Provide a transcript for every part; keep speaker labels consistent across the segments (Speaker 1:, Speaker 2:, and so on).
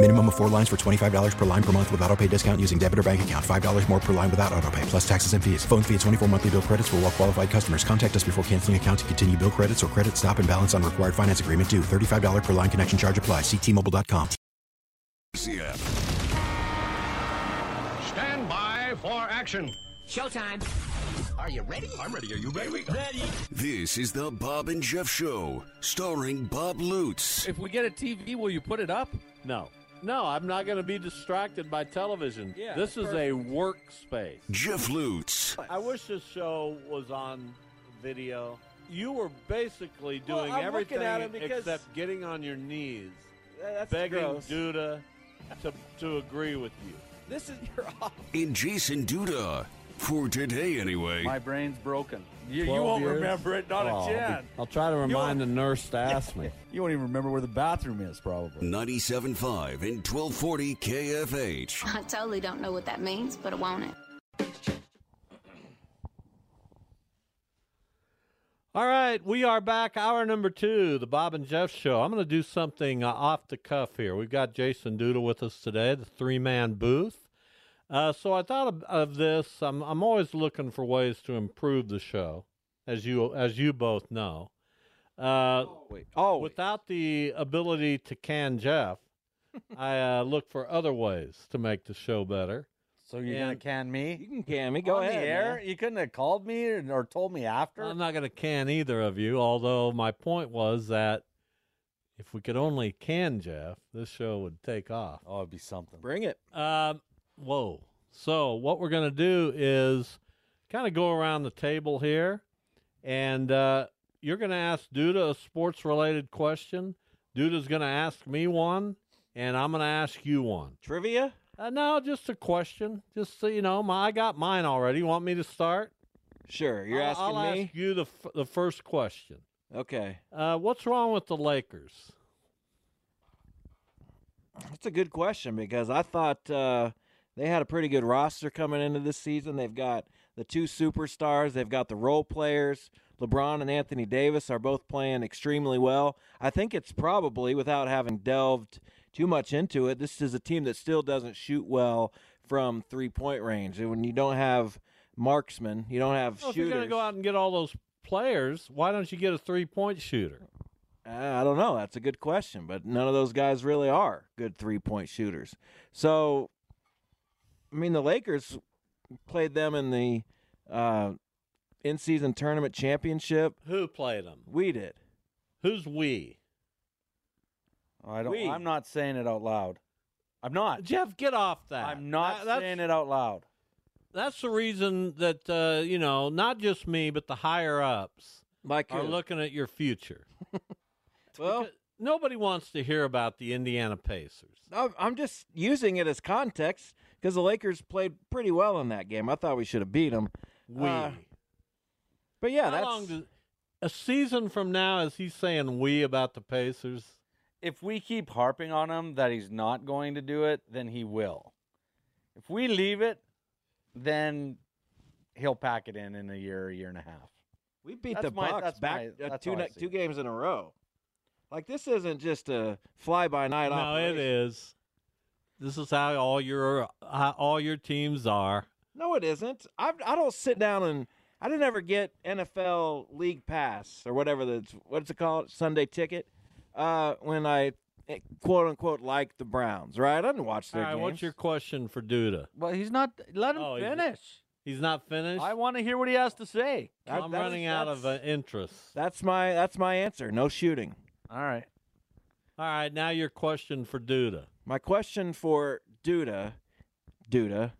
Speaker 1: Minimum of four lines for $25 per line per month with auto pay discount using debit or bank account. $5 more per line without auto pay, plus taxes and fees. Phone fee at 24 monthly bill credits for all well qualified customers. Contact us before canceling account to continue bill credits or credit stop and balance on required finance agreement due. $35 per line connection charge apply. Ctmobile.com.
Speaker 2: Stand by for action.
Speaker 3: Showtime.
Speaker 4: Are you ready?
Speaker 5: I'm ready. Are you ready? Ready.
Speaker 4: ready.
Speaker 6: This is the Bob and Jeff Show, starring Bob Lutz.
Speaker 7: If we get a TV, will you put it up? No. No, I'm not going to be distracted by television. Yeah, this is perfect. a workspace.
Speaker 6: Jeff Lutz.
Speaker 7: I wish this show was on video. You were basically doing
Speaker 8: well,
Speaker 7: everything
Speaker 8: because...
Speaker 7: except getting on your knees,
Speaker 8: That's
Speaker 7: begging
Speaker 8: gross.
Speaker 7: Duda to, to agree with you.
Speaker 8: This is your off.
Speaker 6: In Jason Duda. For today, anyway.
Speaker 9: My brain's broken.
Speaker 8: You, you won't years? remember it, not
Speaker 9: oh,
Speaker 8: a chance.
Speaker 9: I'll, try to remind the nurse to ask me.
Speaker 8: you won't even remember where the bathroom is, probably.
Speaker 6: 97.5 and 1240 KFH.
Speaker 10: I totally don't know what that means, but it won't it.
Speaker 7: All right, we are back. Hour number two, the Bob and Jeff Show. I'm going to do something uh, off the cuff here. We've got Jason Doodle with us today, the three man booth. Uh, so I thought of, of, this. I'm I'm always looking for ways to improve the show, as you as you both know. Uh,
Speaker 9: oh,
Speaker 7: without the ability to can Jeff, I uh, look for other ways to make the show better.
Speaker 9: So you're and gonna can me?
Speaker 8: You can can me. Go
Speaker 9: On
Speaker 8: ahead.
Speaker 9: The air? Man. You couldn't have called me or, or told me after.
Speaker 7: I'm not gonna can either of you. Although my point was that if we could only can Jeff, this show would take off.
Speaker 9: Oh, it'd be something.
Speaker 8: Bring it.
Speaker 7: Um, Whoa. So, what we're going to do is kind of go around the table here, and uh, you're going to ask Duda a sports related question. Duda's going to ask me one, and I'm going to ask you one.
Speaker 8: Trivia?
Speaker 7: Uh, no, just a question. Just so you know, my, I got mine already. You want me to start?
Speaker 8: Sure. You're
Speaker 7: I'll,
Speaker 8: asking
Speaker 7: I'll
Speaker 8: me?
Speaker 7: I'll ask you the, f- the first question.
Speaker 8: Okay.
Speaker 7: Uh, what's wrong with the Lakers?
Speaker 8: That's a good question because I thought they had a pretty good roster coming into this season. They've got the two superstars, they've got the role players. LeBron and Anthony Davis are both playing extremely well. I think it's probably, without having delved too much into it, this is a team that still doesn't shoot well from three point range. And when you don't have marksmen, you don't have
Speaker 7: well,
Speaker 8: shooters.
Speaker 7: If you're going to go out and get all those players, why don't you get a three point shooter?
Speaker 8: I don't know. That's a good question, but none of those guys really are good three point shooters. So I mean, the Lakers played them in the uh, in-season tournament championship.
Speaker 7: Who played them?
Speaker 8: We did.
Speaker 7: Who's we?
Speaker 9: Oh, I don't.
Speaker 8: We.
Speaker 9: I'm not saying it out loud. I'm not.
Speaker 7: Jeff, get off that.
Speaker 9: I'm not
Speaker 7: that,
Speaker 9: saying it out loud.
Speaker 7: That's the reason that uh, you know, not just me, but the higher ups
Speaker 8: like
Speaker 7: are looking at your future.
Speaker 8: well.
Speaker 7: Because nobody wants to hear about the Indiana Pacers.
Speaker 8: I'm just using it as context because the Lakers played pretty well in that game. I thought we should have beat them.
Speaker 7: We. Uh,
Speaker 8: but yeah,
Speaker 7: How
Speaker 8: that's
Speaker 7: does, a season from now. Is he saying we about the Pacers?
Speaker 9: If we keep harping on him that he's not going to do it, then he will. If we leave it, then he'll pack it in in a year, a year and a half.
Speaker 8: We beat
Speaker 9: that's
Speaker 8: the
Speaker 9: my,
Speaker 8: Bucks back
Speaker 9: my,
Speaker 8: uh, two ne- two games in a row. Like this isn't just a fly by night.
Speaker 7: No,
Speaker 8: operation.
Speaker 7: it is. This is how all your how all your teams are.
Speaker 8: No, it isn't. I I don't sit down and I didn't ever get NFL League Pass or whatever that's what's it called Sunday Ticket. Uh, when I eh, quote unquote like the Browns, right? I didn't watch their
Speaker 7: all right,
Speaker 8: games.
Speaker 7: What's your question for Duda?
Speaker 9: Well, he's not. Let him
Speaker 7: Oh, he's-
Speaker 9: finish.
Speaker 7: He's not finished.
Speaker 11: I want to hear what he has to say. That-
Speaker 7: I'm
Speaker 11: that
Speaker 7: running
Speaker 11: is-
Speaker 7: out of uh,
Speaker 11: that's-
Speaker 7: interest.
Speaker 8: That's my that's my answer. No shooting.
Speaker 11: All right.
Speaker 7: All right, now your question for Duda.
Speaker 8: My question for Duda, Duda,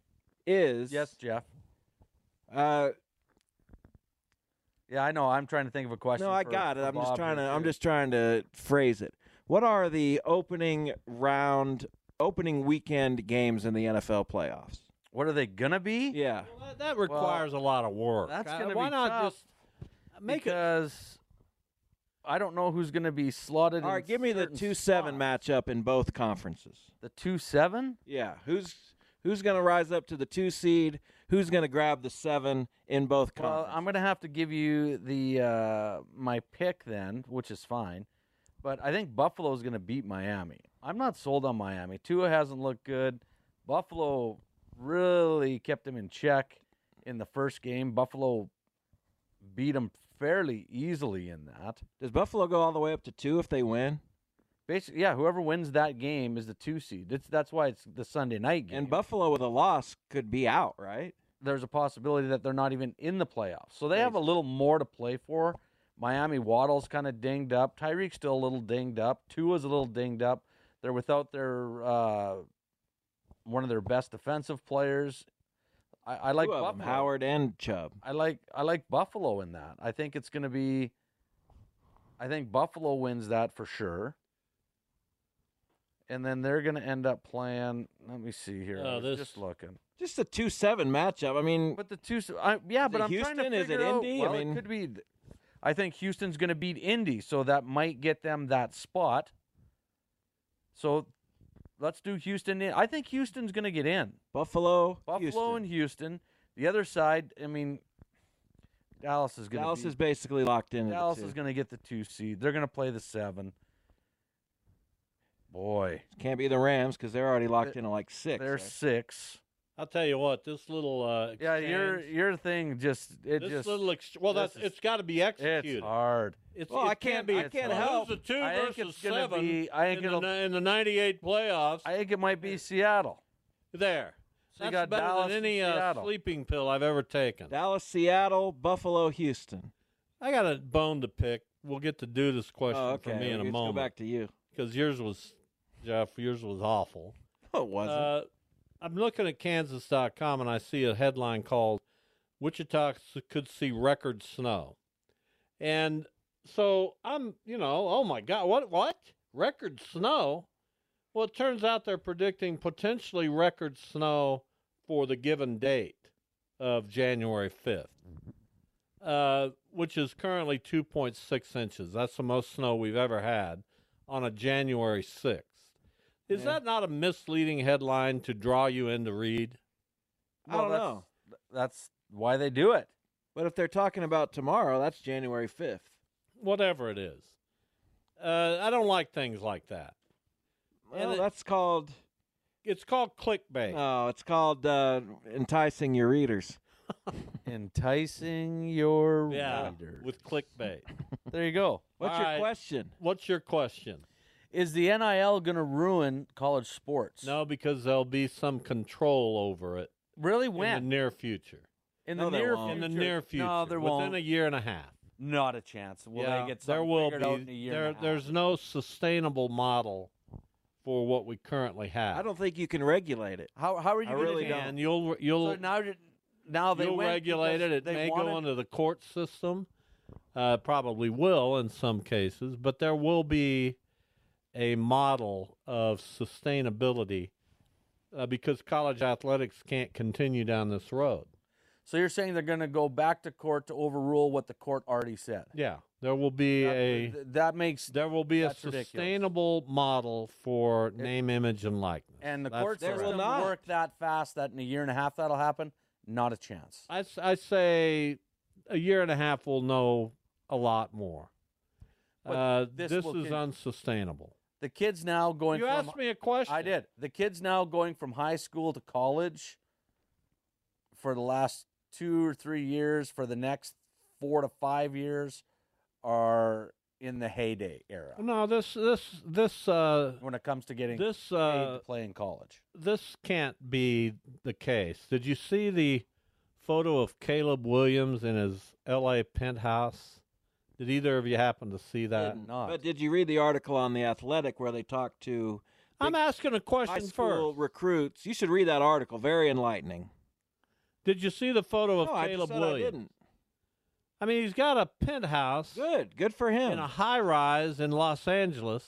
Speaker 8: is
Speaker 11: Yes, Jeff.
Speaker 8: Uh,
Speaker 11: Yeah, I know. I'm trying to think of a question.
Speaker 8: no, I
Speaker 11: for-
Speaker 8: got it.
Speaker 11: for
Speaker 8: I'm just
Speaker 11: Bob
Speaker 8: trying to
Speaker 11: here,
Speaker 8: I'm
Speaker 11: too.
Speaker 8: just trying to phrase it. What are the opening round, opening weekend games in the NFL playoffs?
Speaker 11: What are they gonna be?
Speaker 8: Yeah,
Speaker 7: Well, that, that requires a lot of work.
Speaker 11: That's
Speaker 7: Uh,
Speaker 11: gonna
Speaker 7: why
Speaker 11: be
Speaker 7: not
Speaker 11: tough
Speaker 7: just make it
Speaker 11: because I don't know who's gonna be slotted.
Speaker 8: All
Speaker 11: in
Speaker 8: right, give me the
Speaker 11: certain
Speaker 8: two seven
Speaker 11: spots.
Speaker 8: matchup in both conferences.
Speaker 11: The two seven.
Speaker 8: Yeah, who's who's going to rise up to the two seed? Who's going to grab the seven in both
Speaker 11: Well,
Speaker 8: conferences?
Speaker 11: I'm gonna have to give you the uh, my pick then, which is fine. But I think Buffalo's gonna beat Miami. I'm not sold on Miami. Tua hasn't looked good. Buffalo really kept him in check in the first game. Buffalo beat him fairly easily in that.
Speaker 8: Does Buffalo go all the way up to two if they win?
Speaker 11: Basically, yeah, whoever wins that game is the two seed. It's, that's why it's the Sunday night game.
Speaker 8: And Buffalo with a loss could be out, right?
Speaker 11: there's a possibility that they're not even in the playoffs. So they have a little more to play for. Miami Waddle's kind of dinged up. Tyreek's still a little dinged up. Tua's a little dinged up. They're without their uh, one of their best defensive players. I, I like
Speaker 8: Two of 'em,
Speaker 11: Buffalo.
Speaker 8: Howard and Chubb.
Speaker 11: I like I like Buffalo in that. I think it's going to be. I think Buffalo wins that for sure. And then they're going to end up playing. Let me see here. I
Speaker 7: Oh,
Speaker 11: was
Speaker 7: this-
Speaker 11: just looking.
Speaker 8: Just a two seven matchup. I mean,
Speaker 11: But the two, I, yeah,
Speaker 8: Is
Speaker 11: but
Speaker 8: it
Speaker 11: I'm trying
Speaker 8: Houston?
Speaker 11: to
Speaker 8: Is it
Speaker 11: figure out-
Speaker 8: Indy? I
Speaker 11: Well,
Speaker 8: mean-
Speaker 11: it could be. th- I think Houston's going to beat Indy, so that might get them that spot. So, let's do Houston. I think Houston's going to get in.
Speaker 8: Buffalo,
Speaker 11: Buffalo
Speaker 8: Houston.
Speaker 11: and Houston. The other side, I mean, Dallas is going
Speaker 8: Dallas
Speaker 11: to
Speaker 8: is basically locked in. at the
Speaker 11: Dallas
Speaker 8: two.
Speaker 11: is going to get the two seed. They're going to play the seven. Boy,
Speaker 8: can't be the Rams because they're already locked
Speaker 11: They're-
Speaker 8: in at like 6
Speaker 11: they're
Speaker 8: right?
Speaker 11: six.
Speaker 7: I'll tell you what, this little uh,
Speaker 11: Yeah, your
Speaker 7: exchange-
Speaker 11: your thing just it
Speaker 7: this
Speaker 11: just
Speaker 7: little ex- well,
Speaker 11: this
Speaker 7: that's
Speaker 11: is-
Speaker 7: it's got to be
Speaker 11: it's
Speaker 7: executed.
Speaker 11: hard.
Speaker 7: It's,
Speaker 8: Well,
Speaker 7: it
Speaker 8: I can't-
Speaker 7: be.
Speaker 8: I can't
Speaker 7: well,
Speaker 8: help.
Speaker 7: Who's the two
Speaker 11: I think
Speaker 7: versus
Speaker 11: it's gonna
Speaker 7: seven
Speaker 11: be- I think
Speaker 7: in, the,
Speaker 11: it'll-
Speaker 7: ni- in the '98 playoffs?
Speaker 11: I think it might be Seattle.
Speaker 7: there,
Speaker 11: So
Speaker 7: that's
Speaker 11: you got
Speaker 7: better
Speaker 11: Dallas
Speaker 7: than
Speaker 11: and
Speaker 7: any uh,
Speaker 11: Seattle.
Speaker 7: sleeping pill I've ever taken.
Speaker 8: Dallas, Seattle, Buffalo, Houston.
Speaker 7: I got a bone to pick. We'll get to do this question
Speaker 8: oh, okay.
Speaker 7: for me in a
Speaker 8: Let's Go
Speaker 7: moment
Speaker 8: back to you.
Speaker 7: because yours was Jeff. Yours was awful.
Speaker 8: Oh, it wasn't.
Speaker 7: Uh, I'm looking at Kansas.com and I see a headline called Wichita s- could see record snow. And so I'm, you know, oh my God, what, what? Record snow? Well, it turns out they're predicting potentially record snow for the given date of January 5th, uh, which is currently 2.6 inches. That's the most snow we've ever had on a January 6th. Is that not a misleading headline to draw you in to read?
Speaker 8: I don't
Speaker 11: that's,
Speaker 8: know.
Speaker 11: That's why they do it.
Speaker 8: But if they're talking about tomorrow, that's January 5th.
Speaker 7: Whatever it is. Uh, I don't like things like that.
Speaker 8: Well,
Speaker 7: it-
Speaker 8: that's called
Speaker 7: It's called clickbait.
Speaker 8: no, it's called uh, enticing your readers.
Speaker 11: Enticing your
Speaker 7: yeah,
Speaker 11: reader.
Speaker 7: with clickbait.
Speaker 11: There you go.
Speaker 8: What's
Speaker 7: All
Speaker 8: your
Speaker 7: right.
Speaker 8: question?
Speaker 7: What's your question?
Speaker 11: Is the NIL going to ruin college sports?
Speaker 7: No, because there'll be some control over it
Speaker 11: Really?
Speaker 7: in the
Speaker 11: When?
Speaker 7: near future.
Speaker 11: In
Speaker 8: No,
Speaker 11: the
Speaker 8: they
Speaker 11: near
Speaker 8: won't.
Speaker 7: In
Speaker 11: future?
Speaker 7: the near future,
Speaker 11: No, there
Speaker 7: within
Speaker 11: won't.
Speaker 7: a year and a half.
Speaker 11: Not a chance. Will
Speaker 7: yeah,
Speaker 11: they get
Speaker 7: there
Speaker 11: something
Speaker 7: will
Speaker 11: figured out in a
Speaker 7: be.
Speaker 11: year?
Speaker 7: There,
Speaker 11: and a
Speaker 7: there's
Speaker 11: half?
Speaker 7: no sustainable model for what we currently have.
Speaker 8: I don't think you can regulate it.
Speaker 11: How how are you
Speaker 8: I
Speaker 11: gonna
Speaker 8: really
Speaker 11: do
Speaker 8: don't.
Speaker 11: that?
Speaker 7: And you'll you'll
Speaker 11: So now you- now they
Speaker 7: You'll
Speaker 11: went
Speaker 7: regulate
Speaker 11: because
Speaker 7: it. It
Speaker 11: they
Speaker 7: may
Speaker 11: wanted-
Speaker 7: go into the court system. Uh, probably will in some cases, but there will be a model of sustainability uh, because college athletics can't continue down this road.
Speaker 11: So you're saying they're going to go back to court to overrule what the court already said?
Speaker 7: Yeah, there will be a
Speaker 11: That, th- that makes
Speaker 7: there will be a
Speaker 11: that's ridiculous.
Speaker 7: sustainable model for name, image, and likeness.
Speaker 11: and the
Speaker 7: That's
Speaker 11: court
Speaker 8: There
Speaker 7: correct.
Speaker 8: will
Speaker 11: system
Speaker 8: not.
Speaker 11: work that fast that in a year and a half that'll happen? Not a chance.
Speaker 7: I, s- I say a year and a half we'll know a lot more.
Speaker 11: But
Speaker 7: Uh,
Speaker 11: this
Speaker 7: this
Speaker 11: will
Speaker 7: is
Speaker 11: con-
Speaker 7: unsustainable.
Speaker 11: The kids now going.
Speaker 7: You
Speaker 11: from,
Speaker 7: asked me a question.
Speaker 11: I did. The kids now going from high school to college for the last two or three years, for the next four to five years, are in the heyday era
Speaker 7: No, this this this uh
Speaker 11: when it comes to getting
Speaker 7: this
Speaker 11: paid
Speaker 7: uh
Speaker 11: to play in college.
Speaker 7: this can't be the case. Did you see the photo of Caleb Williams in his L.A. penthouse. Did either of you happen to see that?
Speaker 8: Didn't. But did you read the article on the Athletic where they talked to?
Speaker 7: I'm
Speaker 8: big
Speaker 7: asking a
Speaker 8: high
Speaker 7: question
Speaker 8: school
Speaker 7: first.
Speaker 8: recruits. You should read that article. Very enlightening.
Speaker 7: Did you see the photo of
Speaker 8: no, I just
Speaker 7: Caleb
Speaker 8: said
Speaker 7: Williams?
Speaker 8: I didn't.
Speaker 7: I mean, he's got a penthouse
Speaker 8: Good. Good for him.
Speaker 7: in a high rise in Los Angeles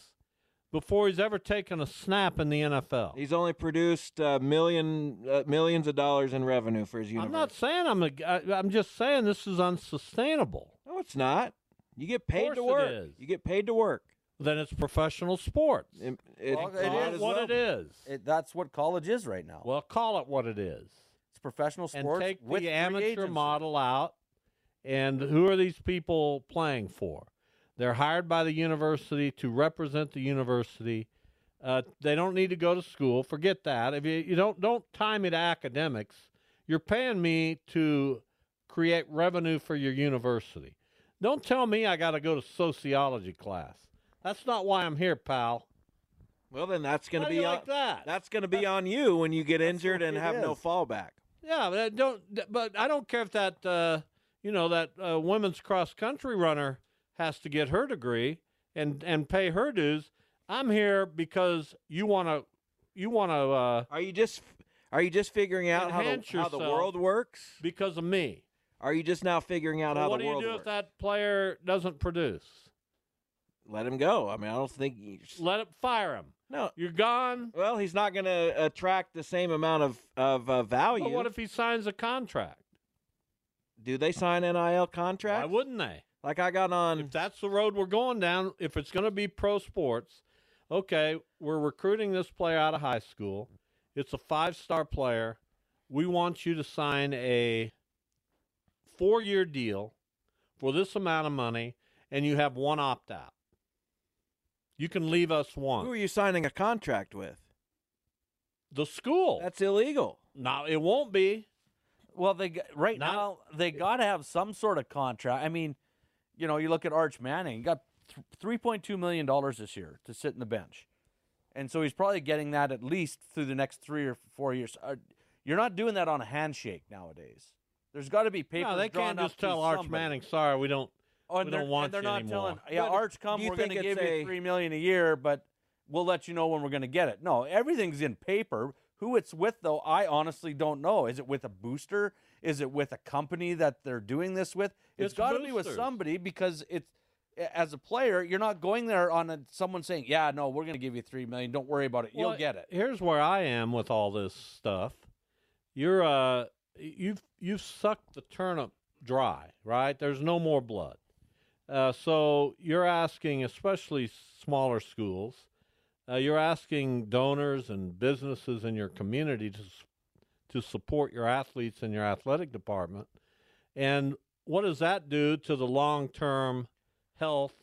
Speaker 7: before he's ever taken a snap in the NFL.
Speaker 8: He's only produced uh, million uh, millions of dollars in revenue for his
Speaker 7: I'm
Speaker 8: university.
Speaker 7: not saying I'm a, I, I'm just saying this is unsustainable.
Speaker 8: No, it's not. You get paid
Speaker 7: course
Speaker 8: to
Speaker 7: it
Speaker 8: work.
Speaker 7: is.
Speaker 8: You get paid to work.
Speaker 7: Then it's professional sports.
Speaker 8: It, it-
Speaker 11: Well,
Speaker 7: Call
Speaker 11: it
Speaker 7: it,
Speaker 11: is
Speaker 7: what
Speaker 11: well-
Speaker 7: it is.
Speaker 11: It, that's what college is right now.
Speaker 7: well, call it what it is.
Speaker 11: it's professional
Speaker 7: And
Speaker 11: sports
Speaker 7: take
Speaker 11: with
Speaker 7: the
Speaker 11: free
Speaker 7: amateur
Speaker 11: agency.
Speaker 7: model out. And who are these people playing for? They're hired by the university to represent the university. Uh, they don't need to go to school. Forget that. If you, you don't don't tie me to academics, you're paying me to create revenue for your university. Don't tell me I got to go to sociology class. That's not why I'm here, pal.
Speaker 8: well, then that's going
Speaker 7: How
Speaker 8: to
Speaker 7: do
Speaker 8: be
Speaker 7: you
Speaker 8: on,
Speaker 7: like that?
Speaker 8: That's going to be on you when you get injured
Speaker 11: what
Speaker 8: and
Speaker 11: it
Speaker 8: have no
Speaker 11: is.
Speaker 8: fallback.
Speaker 7: Yeah, but I don't. th- But I don't care if that uh, you know that uh, women's cross country runner has to get her degree and and pay her dues. I'm here because you want to you want to uh,
Speaker 8: Are you just Are you just figuring out how the,
Speaker 7: Enhance
Speaker 8: how the
Speaker 7: yourself.
Speaker 8: world works?
Speaker 7: because of me.
Speaker 8: Are you just now figuring out
Speaker 7: Well,
Speaker 8: how
Speaker 7: what
Speaker 8: the
Speaker 7: do you
Speaker 8: world
Speaker 7: do
Speaker 8: works?
Speaker 7: if that player doesn't produce?
Speaker 8: Let him go. I mean, I don't think you just-
Speaker 7: Let it fire him.
Speaker 8: no.
Speaker 7: You're gone.
Speaker 8: Well, he's not going to attract the same amount of of uh, value.
Speaker 7: But what if he signs a contract?
Speaker 8: do they sign NIL contracts?
Speaker 7: Why wouldn't they?
Speaker 8: Like I got on.
Speaker 7: If that's the road we're going down, if it's going to be pro sports, okay, we're recruiting this player out of high school. It's a five star player. We want you to sign a four year deal for this amount of money, and you have one opt out. You can leave us one.
Speaker 8: Who are you signing a contract with?
Speaker 7: The school.
Speaker 8: That's illegal.
Speaker 7: no, it won't be.
Speaker 11: Well, they g- right
Speaker 7: Not-
Speaker 11: now they got to have some sort of contract. I mean, you know, you look at Arch Manning, he got th- three point two million dollars this year to sit in the bench, and so he's probably getting that at least through the next three or four years. Uh, you're not doing that on a handshake nowadays. There's got to be papers.
Speaker 7: no, they
Speaker 11: drawn
Speaker 7: can't
Speaker 11: up
Speaker 7: just
Speaker 11: to
Speaker 7: tell Arch
Speaker 11: somebody.
Speaker 7: Manning, sorry, we don't.
Speaker 11: Oh, and
Speaker 7: we
Speaker 11: they're,
Speaker 7: don't want
Speaker 11: and they're
Speaker 7: you
Speaker 11: not
Speaker 7: anymore.
Speaker 11: telling. Yeah,
Speaker 8: But
Speaker 11: Arch, come.
Speaker 8: do you
Speaker 11: We're going
Speaker 8: think
Speaker 11: to give
Speaker 8: it's
Speaker 11: you
Speaker 8: a-
Speaker 11: three million a year, but we'll let you know when we're going to get it. No, everything's in paper. Who it's with, though, I honestly don't know. Is it with a booster? Is it with a company that they're doing this with?
Speaker 7: It's
Speaker 11: it's got to be with
Speaker 7: boosters.
Speaker 11: somebody because it's as a player, you're not going there on a, someone saying, "Yeah, no, we're going to give you three million. Don't worry about it.
Speaker 7: Well,
Speaker 11: You'll get it."
Speaker 7: Here's where I am with all this stuff. You're uh you've you've sucked the turnip dry, right? There's no more blood. Uh, so you're asking, especially smaller schools, uh, you're asking donors and businesses in your community to s- to support your athletes and your athletic department. And what does that do to the long term health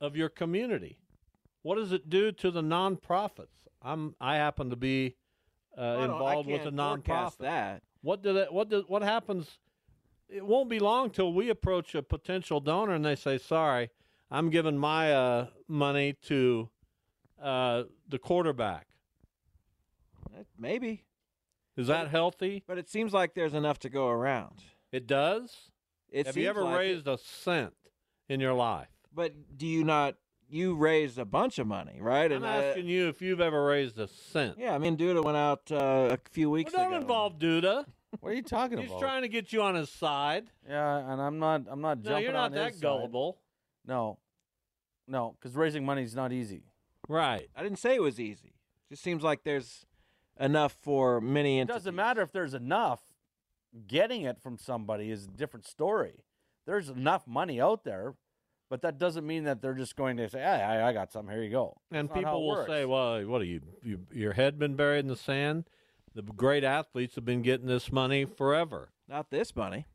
Speaker 7: of your community? What does it do to the nonprofits? I'm I happen to be uh,
Speaker 8: I don't- I
Speaker 7: involved with a
Speaker 8: can't
Speaker 7: nonprofit.
Speaker 8: forecast That
Speaker 7: What do that? What does? What happens? It won't be long till we approach a potential donor and they say, "Sorry, I'm giving my uh, money to uh, the quarterback."
Speaker 8: Eh, maybe,
Speaker 7: Is that healthy?
Speaker 8: but it seems like there's enough to go around.
Speaker 7: It does.
Speaker 8: It
Speaker 7: Have you
Speaker 8: seems
Speaker 7: ever
Speaker 8: like it,
Speaker 7: raised a cent in your life?
Speaker 8: But do you not? You raised a bunch of money, right? uh,
Speaker 7: I'm asking you if you've ever raised a cent.
Speaker 8: Yeah, I mean, Duda went out uh, a few
Speaker 7: Well,
Speaker 8: weeks
Speaker 7: don't
Speaker 8: ago.
Speaker 7: involve Duda.
Speaker 11: What are you talking
Speaker 7: He's
Speaker 11: about?
Speaker 7: trying to get you on his side.
Speaker 11: yeah, and I'm not. I'm not
Speaker 7: No,
Speaker 11: jumping
Speaker 7: you're not
Speaker 11: on his
Speaker 7: that
Speaker 11: side.
Speaker 7: gullible,
Speaker 11: No, no, because raising money is not easy.
Speaker 7: right?
Speaker 8: I didn't say it was easy. just seems like there's enough for many.
Speaker 11: It
Speaker 8: Entities.
Speaker 11: doesn't matter if there's enough. Getting it from somebody is a different story. There's enough money out there, but that doesn't mean that they're just going to say, "Hey, I, I got something. Here you go."
Speaker 7: And
Speaker 11: That's not how
Speaker 7: people
Speaker 11: it
Speaker 7: will
Speaker 11: works.
Speaker 7: say, "Well, what are you, you? Your head been buried in the sand? The great athletes have been getting this money forever."
Speaker 8: Not this money.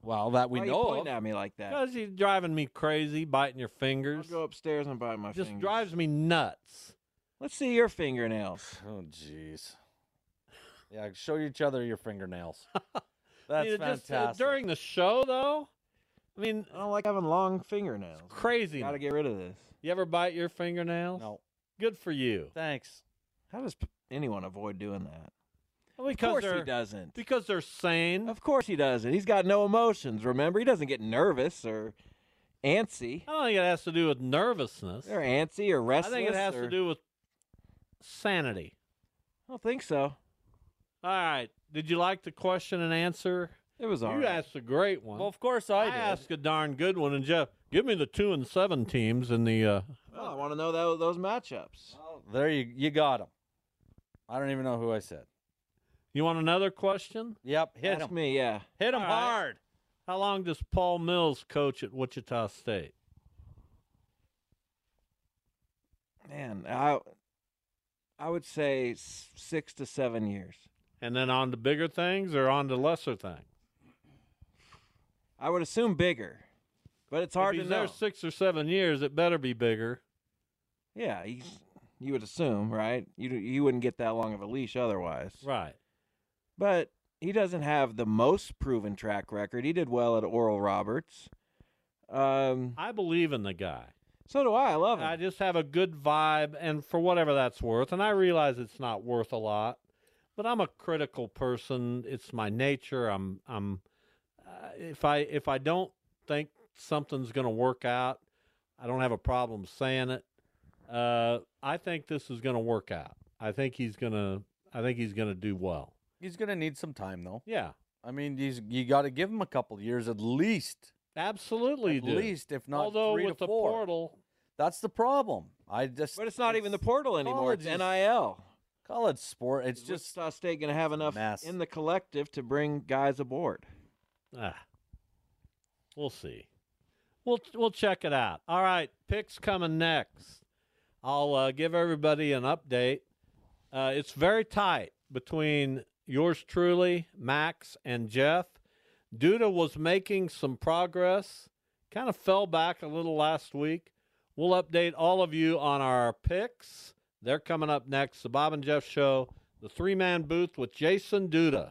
Speaker 11: "Well, that we
Speaker 8: Why
Speaker 11: know
Speaker 8: you
Speaker 11: of."
Speaker 8: pointing at me like that.
Speaker 7: Because he's driving me crazy, biting your
Speaker 8: I'll
Speaker 7: fingers.
Speaker 8: go upstairs and bite my.
Speaker 7: Just
Speaker 8: fingers.
Speaker 7: drives me nuts.
Speaker 8: Let's see your fingernails.
Speaker 11: Oh, jeez. Yeah, show each other your fingernails.
Speaker 7: I
Speaker 11: That's
Speaker 7: mean, it just-
Speaker 11: fantastic.
Speaker 7: uh, during the show, though, I mean,
Speaker 8: I don't like having long fingernails.
Speaker 7: crazy.
Speaker 8: Got to get rid of this.
Speaker 7: You ever bite your fingernails?
Speaker 11: no,
Speaker 7: Good for you.
Speaker 11: thanks.
Speaker 8: How does p- anyone avoid doing that?
Speaker 7: Well,
Speaker 8: of course
Speaker 7: they're-
Speaker 8: he doesn't.
Speaker 7: Because they're sane.
Speaker 8: Of course he doesn't. He's got no emotions. Remember, he doesn't get nervous or antsy.
Speaker 7: I don't think it has to do with nervousness.
Speaker 8: Or antsy or
Speaker 7: I
Speaker 8: restless.
Speaker 7: think it has
Speaker 8: or-
Speaker 7: to do with sanity.
Speaker 8: I don't think so.
Speaker 7: All right. Did you like the question and answer?
Speaker 8: It was all
Speaker 7: You
Speaker 8: right.
Speaker 7: asked a great one.
Speaker 11: Well, of course I,
Speaker 7: I
Speaker 11: did.
Speaker 7: asked a darn good one. And Jeff, give me the two and seven teams in the. Uh,
Speaker 8: Well, I want to know tho- those matchups.
Speaker 11: There you you got him. I don't even know who I said.
Speaker 7: you want another question?
Speaker 11: Yep, hit
Speaker 8: Ask
Speaker 11: him.
Speaker 8: me, yeah.
Speaker 11: Hit him
Speaker 7: All right.
Speaker 11: hard.
Speaker 7: How long does Paul Mills coach at Wichita State?
Speaker 8: Man, I I would say s- six to seven years.
Speaker 7: And then on to bigger things or on to lesser things?
Speaker 8: I would assume bigger, but it's hard
Speaker 7: if
Speaker 8: to
Speaker 7: he's
Speaker 8: know.
Speaker 7: there six or seven years, it better be bigger.
Speaker 8: Yeah, he's, you would assume, right? You you wouldn't get that long of a leash otherwise.
Speaker 7: Right.
Speaker 8: But he doesn't have the most proven track record. He did well at Oral Roberts. Um,
Speaker 7: I believe in the guy.
Speaker 8: so do I. I love him.
Speaker 7: I just have a good vibe, and for whatever that's worth, and I realize it's not worth a lot, but I'm a critical person. It's my nature. I'm, I'm. Uh, if I if I don't think something's going to work out, I don't have a problem saying it. Uh, I think this is going to work out. I think he's gonna. I think he's gonna do well.
Speaker 11: He's gonna need some time though.
Speaker 7: Yeah,
Speaker 11: I mean, he's you got to give him a couple years at least.
Speaker 7: absolutely.
Speaker 11: at
Speaker 7: you do.
Speaker 11: least, if not
Speaker 7: although
Speaker 11: three
Speaker 7: with
Speaker 11: to
Speaker 7: the
Speaker 11: four.
Speaker 7: portal,
Speaker 11: That's the problem. I just
Speaker 8: but it's not even the
Speaker 11: it's-
Speaker 8: portal anymore. It's
Speaker 11: college is-
Speaker 8: NIL.
Speaker 11: college sport. It's
Speaker 8: Is
Speaker 11: just
Speaker 8: Wichita State going to have enough
Speaker 11: mess.
Speaker 8: in the collective to bring guys aboard?
Speaker 7: Ah, we'll see. We'll we'll check it out. All right, picks coming next. I'll uh, give everybody an update. Uh, it's very tight between yours truly, Max, and Jeff. Duda was making some progress, kind of fell back a little last week. We'll update all of you on our picks. They're coming up next. The Bob and Jeff Show, the three man booth with Jason Duda.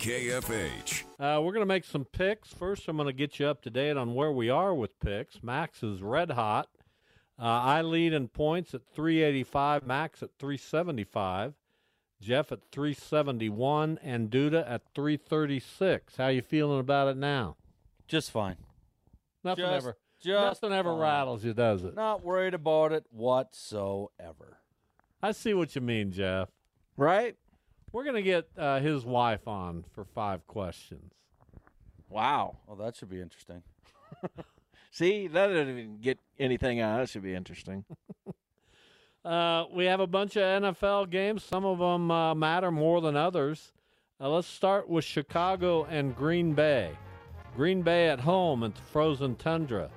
Speaker 12: KFH.
Speaker 7: Uh, we're going to make some picks. First, I'm going to get you up to date on where we are with picks. Max is red hot. Uh, I lead in points at 385, Max at 375, Jeff at 371, and Duda at 336. How you feeling about it now?
Speaker 11: just fine.
Speaker 7: Nothing
Speaker 11: Just-
Speaker 7: ever.
Speaker 11: just
Speaker 7: nothing ever
Speaker 11: fine.
Speaker 7: rattles you, does it?
Speaker 11: Not worried about it whatsoever.
Speaker 7: I see what you mean, Jeff.
Speaker 8: Right?
Speaker 7: We're going to get uh, his wife on for five questions.
Speaker 8: Wow.
Speaker 11: Well, that should be interesting.
Speaker 8: See, that didn't even get anything out. That should be interesting.
Speaker 7: Uh, we have a bunch of NFL games. Some of them uh, matter more than others. Uh, let's start with Chicago and Green Bay. Green Bay at home at the frozen tundra.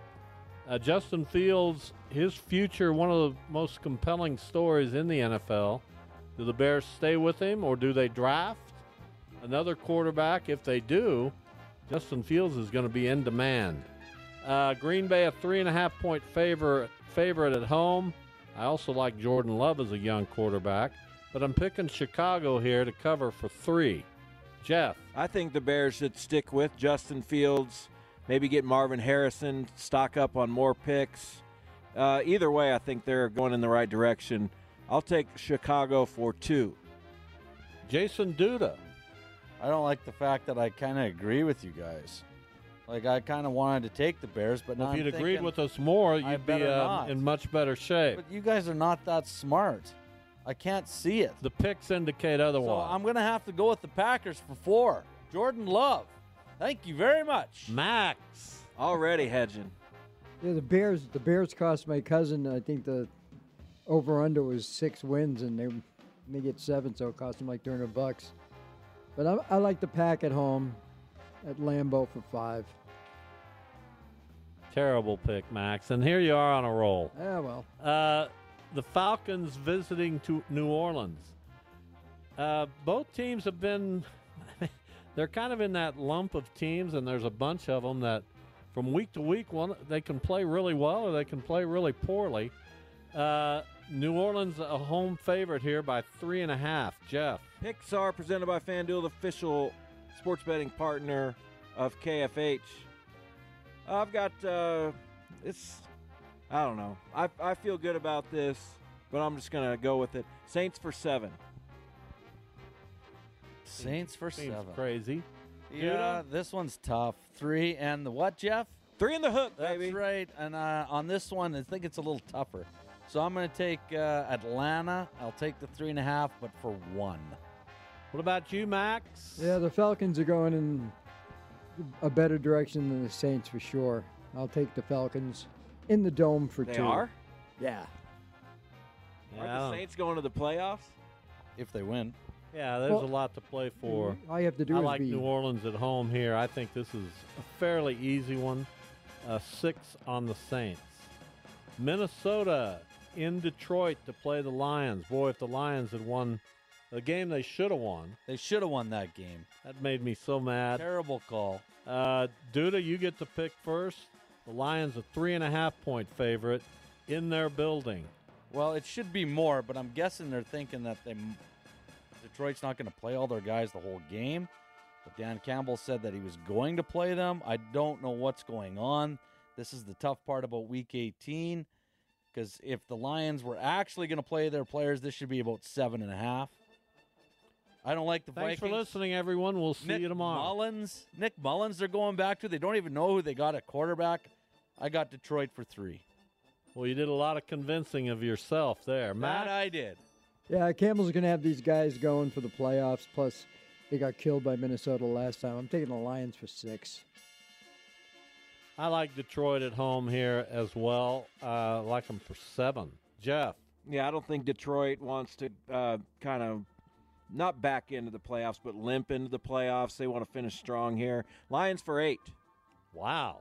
Speaker 7: Uh, Justin Fields, his future, one of the most compelling stories in the NFL. Do the Bears stay with him or do they draft another quarterback? If they do, Justin Fields is going to be in demand. Uh, Green Bay a three and a half point favor favorite at home. I also like Jordan Love as a young quarterback, but I'm picking Chicago here to cover for three. Jeff,
Speaker 8: I think the Bears should stick with Justin Fields. Maybe get Marvin Harrison, stock up on more picks. Uh, either way, I think they're going in the right direction. I'll take Chicago for two.
Speaker 7: Jason Duda.
Speaker 11: I don't like the fact that I kind of agree with you guys. Like I kind of wanted to take the Bears, but now
Speaker 7: if you'd
Speaker 11: I'm
Speaker 7: agreed
Speaker 11: thinking,
Speaker 7: with us more,
Speaker 11: I
Speaker 7: you'd be
Speaker 11: better
Speaker 7: uh,
Speaker 11: not.
Speaker 7: in much better shape.
Speaker 11: But you guys are not that smart. I can't see it.
Speaker 7: The picks indicate
Speaker 11: So
Speaker 7: otherwise.
Speaker 11: I'm gonna have to go with the Packers for four. Jordan Love. Thank you very much.
Speaker 7: Max.
Speaker 8: Already hedging.
Speaker 6: Yeah, the Bears. The Bears cost my cousin. I think the over under was six wins, and they they get seven, so it cost him like two hundred bucks. But I, I like the pack at home, at Lambeau for five.
Speaker 7: Terrible pick, Max. And here you are on a roll.
Speaker 6: Ah, well.
Speaker 7: Uh, the Falcons visiting to New Orleans. Uh, both teams have been, they're kind of in that lump of teams, and there's a bunch of them that from week to week, one they can play really well or they can play really poorly. Uh, New Orleans a home favorite here by three and a half. Jeff,
Speaker 8: Picks are presented by FanDuel, the official sports betting partner of KFH. I've got uh, it's. I don't know. I, I feel good about this, but I'm just gonna go with it. Saints for seven.
Speaker 11: Saints for
Speaker 7: seems
Speaker 11: seven.
Speaker 7: crazy.
Speaker 11: Yeah, this one's tough. Three and the what, Jeff?
Speaker 8: Three in the hook,
Speaker 11: That's
Speaker 8: baby.
Speaker 11: right. And uh, on this one, I think it's a little tougher. So I'm going to take uh, Atlanta. I'll take the three and a half, but for one.
Speaker 7: What about you, Max?
Speaker 6: Yeah, the Falcons are going in a better direction than the Saints for sure. I'll take the Falcons in the dome for
Speaker 8: They
Speaker 6: two.
Speaker 8: are.
Speaker 6: Yeah.
Speaker 8: Are the Saints going to the playoffs?
Speaker 11: If they win,
Speaker 7: Yeah, there's
Speaker 6: Well,
Speaker 7: a lot to play for.
Speaker 6: All you have to do
Speaker 7: I
Speaker 6: is
Speaker 7: like
Speaker 6: be
Speaker 7: New Orleans at home here. I think this is a fairly easy one. Uh, six on the Saints. Minnesota in Detroit to play the Lions. Boy, if the Lions had won the game they should have won,
Speaker 11: they should have won that game.
Speaker 7: that made me so mad.
Speaker 11: Terrible call.
Speaker 7: Uh, Duda, you get to pick first. The Lions a three and a half point favorite in their building.
Speaker 11: Well, it should be more, but I'm guessing they're thinking that they m- Detroit's not going to play all their guys the whole game. But Dan Campbell said that he was going to play them. I don't know what's going on. This is the tough part about Week 18 because if the Lions were actually going to play their players, this should be about seven and a half. I don't like the
Speaker 7: Thanks
Speaker 11: Vikings.
Speaker 7: for listening, everyone. We'll see
Speaker 11: Nick
Speaker 7: you tomorrow.
Speaker 11: Mullins, Nick Mullins, they're going back to. They don't even know who they got at quarterback. I got Detroit for three.
Speaker 7: Well, you did a lot of convincing of yourself there, Matt.
Speaker 11: Matt, I did.
Speaker 6: Yeah, Campbell's going to have these guys going for the playoffs. Plus, they got killed by Minnesota last time. I'm taking the Lions for six.
Speaker 7: I like Detroit at home here as well. Uh, I like them for seven. Jeff,
Speaker 8: Yeah, I don't think Detroit wants to uh, kind of not back into the playoffs, but limp into the playoffs. They want to finish strong here. Lions for eight.
Speaker 7: wow.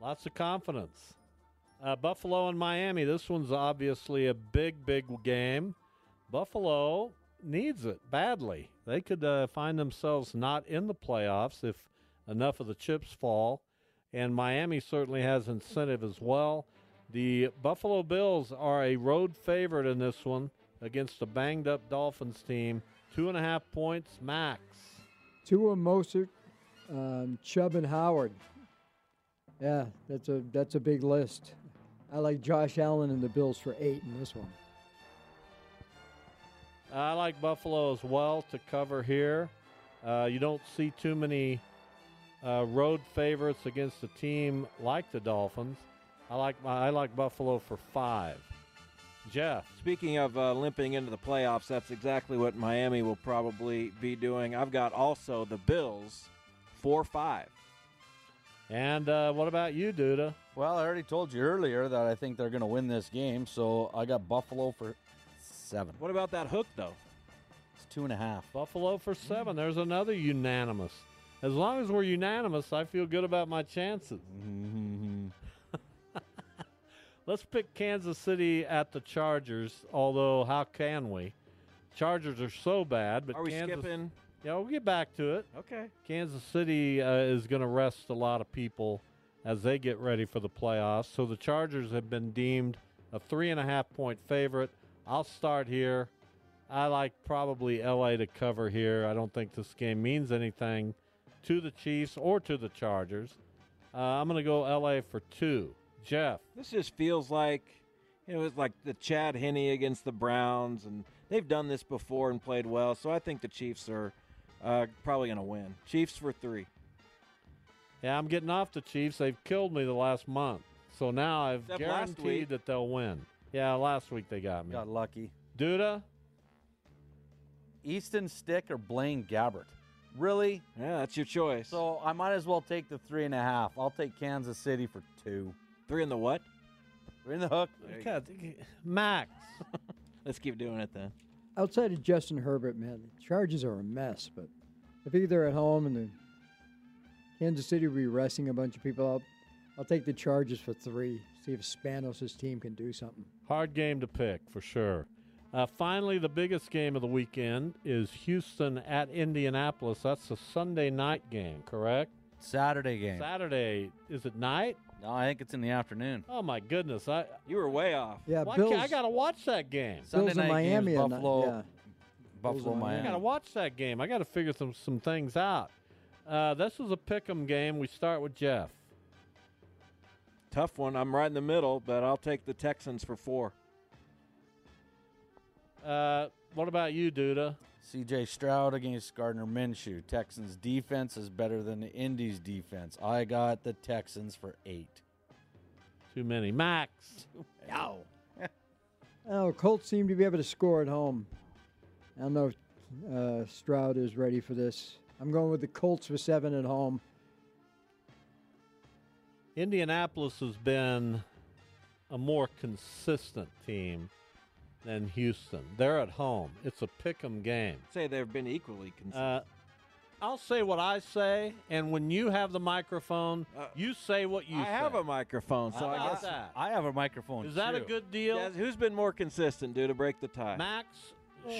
Speaker 7: Lots of confidence. Uh, Buffalo and Miami. This one's obviously a big, big game. Buffalo needs it badly. They could uh, find themselves not in the playoffs if enough of the chips fall. And Miami certainly has incentive as well. The Buffalo Bills are a road favorite in this one against the banged up Dolphins team. Two and a half points max.
Speaker 6: Tua Mosert, um, Chubb, and Howard. Yeah, that's a that's a big list. I like Josh Allen and the Bills for eight in this one.
Speaker 7: I like Buffalo as well to cover here. Uh, you don't see too many uh, road favorites against a team like the Dolphins. I like my, I like Buffalo for five. Jeff,
Speaker 8: Speaking of uh, limping into the playoffs, that's exactly what Miami will probably be doing. I've got also the Bills four five.
Speaker 7: and uh, what about you, Duda?
Speaker 11: Well, I already told you earlier that I think they're going to win this game, so I got Buffalo for seven.
Speaker 8: What about that hook though?
Speaker 11: It's two and a half.
Speaker 7: Buffalo for seven. There's another unanimous. As long as we're unanimous, I feel good about my chances. Let's pick Kansas City at the Chargers. Although, how can we? Chargers are so bad. But
Speaker 8: Are we
Speaker 7: Kansas,
Speaker 8: skipping?
Speaker 7: Yeah, we'll get back to it.
Speaker 8: Okay.
Speaker 7: Kansas City uh, is going to rest a lot of people as they get ready for the playoffs. So the Chargers have been deemed a three and a half point favorite. I'll start here. I like probably LA to cover here. I don't think this game means anything to the Chiefs or to the Chargers. Uh, I'm going to go LA for two. Jeff.
Speaker 8: This just feels like you know, it's like the Chad Henney against the Browns, and they've done this before and played well. So I think the Chiefs are uh, probably going to win. Chiefs for three.
Speaker 7: Yeah, I'm getting off the Chiefs. They've killed me the last month. So now I've
Speaker 8: Except last week.
Speaker 7: guaranteed that they'll win. Yeah, last week they got me.
Speaker 11: Got lucky.
Speaker 7: Duda?
Speaker 11: Easton Stick or Blaine Gabbert? Really?
Speaker 8: Yeah, that's your choice.
Speaker 11: So I might as well take the three and a half. I'll take Kansas City for two.
Speaker 8: Three in the what?
Speaker 11: Three in the hook.
Speaker 7: God, Max.
Speaker 8: Let's keep doing it then.
Speaker 6: Outside of Justin Herbert, man, the Chargers are a mess. But I think they're at home and the Kansas City will be resting a bunch of people up. I'll take the Chargers for three. See if Spanos' team can do something.
Speaker 7: Hard game to pick for sure. Uh, finally, the biggest game of the weekend is Houston at Indianapolis. That's a Sunday night game, correct?
Speaker 11: Saturday game.
Speaker 7: Saturday is it night?
Speaker 11: No, I think it's in the afternoon.
Speaker 7: Oh my goodness! I
Speaker 8: You were way off.
Speaker 6: Yeah,
Speaker 7: why
Speaker 6: Bills.
Speaker 7: can't, I gotta watch that game.
Speaker 11: Sunday
Speaker 6: in
Speaker 11: night
Speaker 6: Miami
Speaker 11: games,
Speaker 6: at night,
Speaker 11: Buffalo.
Speaker 6: yeah.
Speaker 11: Buffalo,
Speaker 6: in
Speaker 7: I
Speaker 11: Miami.
Speaker 7: gotta watch that game. I gotta figure some some things out. Uh, this is a pick'em game. We start with Jeff.
Speaker 8: Tough one. I'm right in the middle, but I'll take the Texans for four.
Speaker 7: Uh, what about you, Duda?
Speaker 11: CJ Stroud against Gardner Minshew. Texans defense is better than the Indies defense. I got the Texans for eight.
Speaker 7: Too many. Max.
Speaker 11: No.
Speaker 6: Oh, Colts seem to be able to score at home. I don't know if uh, Stroud is ready for this. I'm going with the Colts for seven at home.
Speaker 7: Indianapolis has been a more consistent team than Houston. They're at home. It's a pick'em game.
Speaker 8: Say they've been equally consistent.
Speaker 7: Uh, I'll say what I say, and when you have the microphone,
Speaker 8: Uh,
Speaker 7: you say what you
Speaker 8: I
Speaker 7: say.
Speaker 8: have a microphone, so
Speaker 7: How
Speaker 8: I
Speaker 7: about
Speaker 8: guess.
Speaker 7: that?
Speaker 11: I have a microphone.
Speaker 7: Is that a
Speaker 11: too.
Speaker 7: good deal?
Speaker 8: Yeah, who's been more consistent, dude, to break the tie?
Speaker 7: Max,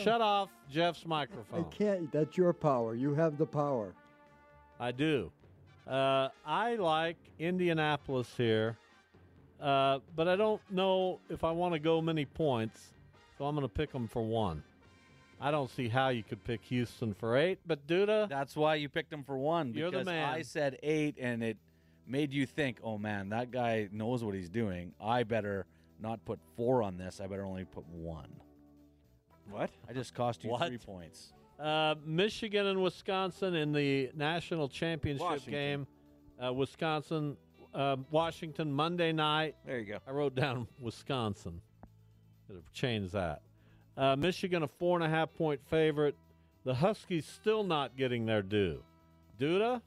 Speaker 7: shut off Jeff's
Speaker 6: I
Speaker 7: microphone.
Speaker 6: can't. That's your power. You have the power.
Speaker 7: I do. Uh, I like Indianapolis here, uh, but I don't know if I want to go many points, so I'm going to pick them for one. I don't see how you could pick Houston for eight, but Duda,
Speaker 11: That's why you picked him for one
Speaker 7: You're
Speaker 11: because
Speaker 7: the man.
Speaker 11: I said eight, and it made you think, "Oh man, that guy knows what he's doing. I better not put four on this. I better only put one."
Speaker 8: What?
Speaker 11: I just cost you
Speaker 7: What?
Speaker 11: three points.
Speaker 7: uh, Michigan and Wisconsin in the national championship
Speaker 8: Washington.
Speaker 7: game. Uh, Wisconsin, uh, Washington, Monday night.
Speaker 8: There you go.
Speaker 7: I wrote down Wisconsin. Could have changed that. Uh, Michigan, a four and a half point favorite. The Huskies still not getting their due. Duda,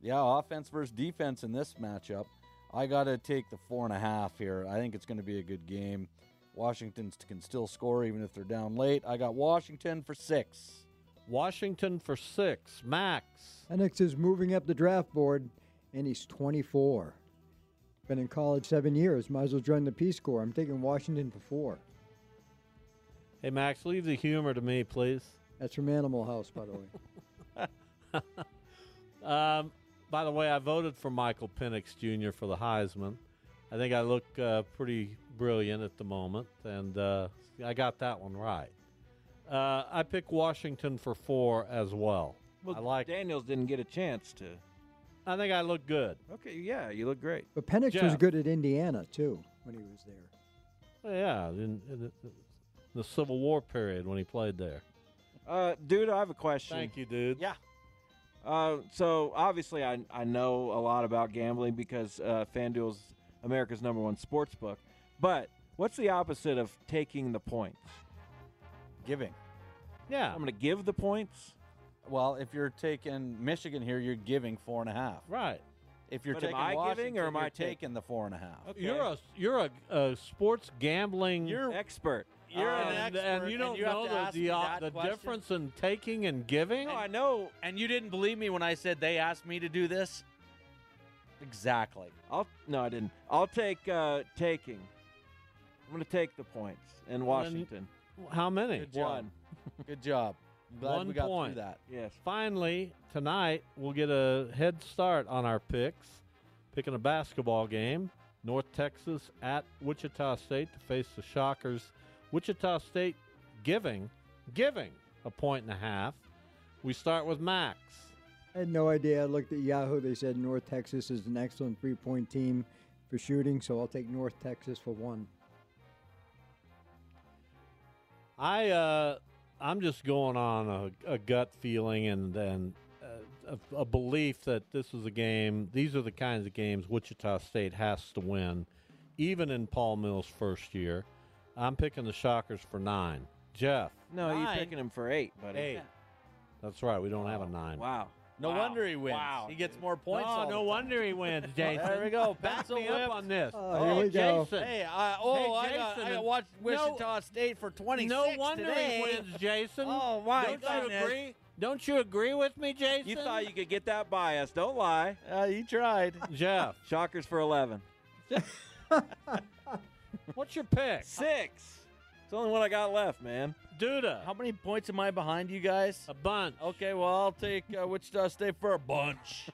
Speaker 11: Yeah, offense versus defense in this matchup. I got to take the four and a half here. I think it's going to be a good game. Washington can still score even if they're down late. I got Washington for six.
Speaker 7: Washington for six. Max,
Speaker 6: Penix is moving up the draft board, and he's 24. Been in college seven years. Might as well join the Peace Corps. I'm taking Washington for four.
Speaker 7: hey Max, leave the humor to me, please.
Speaker 6: That's from Animal House, by the way.
Speaker 7: Um, by the way, I voted for Michael Penix Jr. for the Heisman. I think I look uh, pretty brilliant at the moment, and uh, I got that one right. Uh, I pick Washington for four as well.
Speaker 8: Well,
Speaker 7: I like.
Speaker 8: Daniels didn't get a chance to.
Speaker 7: I think I look good.
Speaker 8: Okay, yeah, you look great.
Speaker 6: But Penix was
Speaker 7: Jeff.
Speaker 6: good at Indiana too when he was there.
Speaker 7: Yeah, in, in the- the Civil War period when he played there.
Speaker 8: Uh, dude, I have a question.
Speaker 7: Thank you, dude.
Speaker 11: Yeah.
Speaker 8: Uh, so obviously, I I know a lot about gambling because uh, FanDuel's America's number one sports book. But what's the opposite of taking the points?
Speaker 11: Giving.
Speaker 7: Yeah,
Speaker 8: I'm going to give the points.
Speaker 11: Well, if you're taking Michigan here, you're giving four and a half.
Speaker 7: right.
Speaker 11: If you're
Speaker 8: But am
Speaker 11: taking
Speaker 8: I giving,
Speaker 11: Washington,
Speaker 8: or am I
Speaker 11: you're
Speaker 8: taking?
Speaker 11: taking the four and a half?
Speaker 8: Okay.
Speaker 7: You're a you're a, a sports gambling.
Speaker 8: expert.
Speaker 11: You're an
Speaker 8: Um,
Speaker 7: and,
Speaker 11: expert,
Speaker 7: and you
Speaker 11: and
Speaker 7: don't
Speaker 11: you have
Speaker 7: know
Speaker 11: to
Speaker 7: the
Speaker 11: ask
Speaker 7: the,
Speaker 11: me
Speaker 7: uh,
Speaker 11: that
Speaker 7: the
Speaker 11: question?
Speaker 7: difference in taking and giving.
Speaker 8: No, I know.
Speaker 11: And you didn't believe me when I said they asked me to do this? Exactly.
Speaker 8: I'll no, I didn't. I'll take uh, taking. I'm going to take the points in Washington.
Speaker 7: How many?
Speaker 8: Good job. One.
Speaker 11: Good job. I'm glad
Speaker 7: One
Speaker 11: we got
Speaker 7: point.
Speaker 11: through that.
Speaker 8: Yes.
Speaker 7: Finally, tonight we'll get a head start on our picks. Picking a basketball game. North Texas at Wichita State to face the Shockers. Wichita State giving giving a point and a half. We start with Max.
Speaker 6: I had no idea. I looked at Yahoo. They said North Texas is an excellent three point team for shooting, so I'll take North Texas for one.
Speaker 7: I uh, I'm just going on a, a gut feeling and and uh, a, a belief that this is a game. These are the kinds of games Wichita State has to win, even in Paul Mills' first year. I'm picking the Shockers for nine. Jeff,
Speaker 8: No, you're picking him for eight, buddy.
Speaker 7: Eight. that's right. We don't have a nine.
Speaker 8: Wow.
Speaker 11: No
Speaker 7: Wow.
Speaker 11: wonder he wins.
Speaker 7: Wow,
Speaker 11: he gets more points.
Speaker 7: Oh,
Speaker 11: all the
Speaker 7: no
Speaker 11: time.
Speaker 7: wonder he wins, Jason.
Speaker 11: there we go.
Speaker 7: Back
Speaker 11: Pencil
Speaker 7: me up
Speaker 11: whipped.
Speaker 7: on this.
Speaker 6: Oh, here we go.
Speaker 7: Jason.
Speaker 11: Hey, I, oh,
Speaker 7: Hey,
Speaker 11: I, got,
Speaker 7: Jason,
Speaker 11: I
Speaker 7: and-
Speaker 11: got watched
Speaker 7: No-
Speaker 11: Wichita State for 26
Speaker 7: No wonder
Speaker 11: today.
Speaker 7: he wins, Jason.
Speaker 11: Oh, my
Speaker 7: Don't
Speaker 11: goodness.
Speaker 7: you agree? Don't you agree with me, Jason?
Speaker 8: You thought you could get that bias. Don't lie.
Speaker 11: Uh, he tried.
Speaker 7: Jeff,
Speaker 8: Shockers for 11.
Speaker 7: what's your pick?
Speaker 8: Six. It's the only one I got left, man.
Speaker 7: Duda,
Speaker 11: How many points am I behind you guys?
Speaker 7: a bunch.
Speaker 11: Okay, well, I'll take uh, Wichita State for a bunch.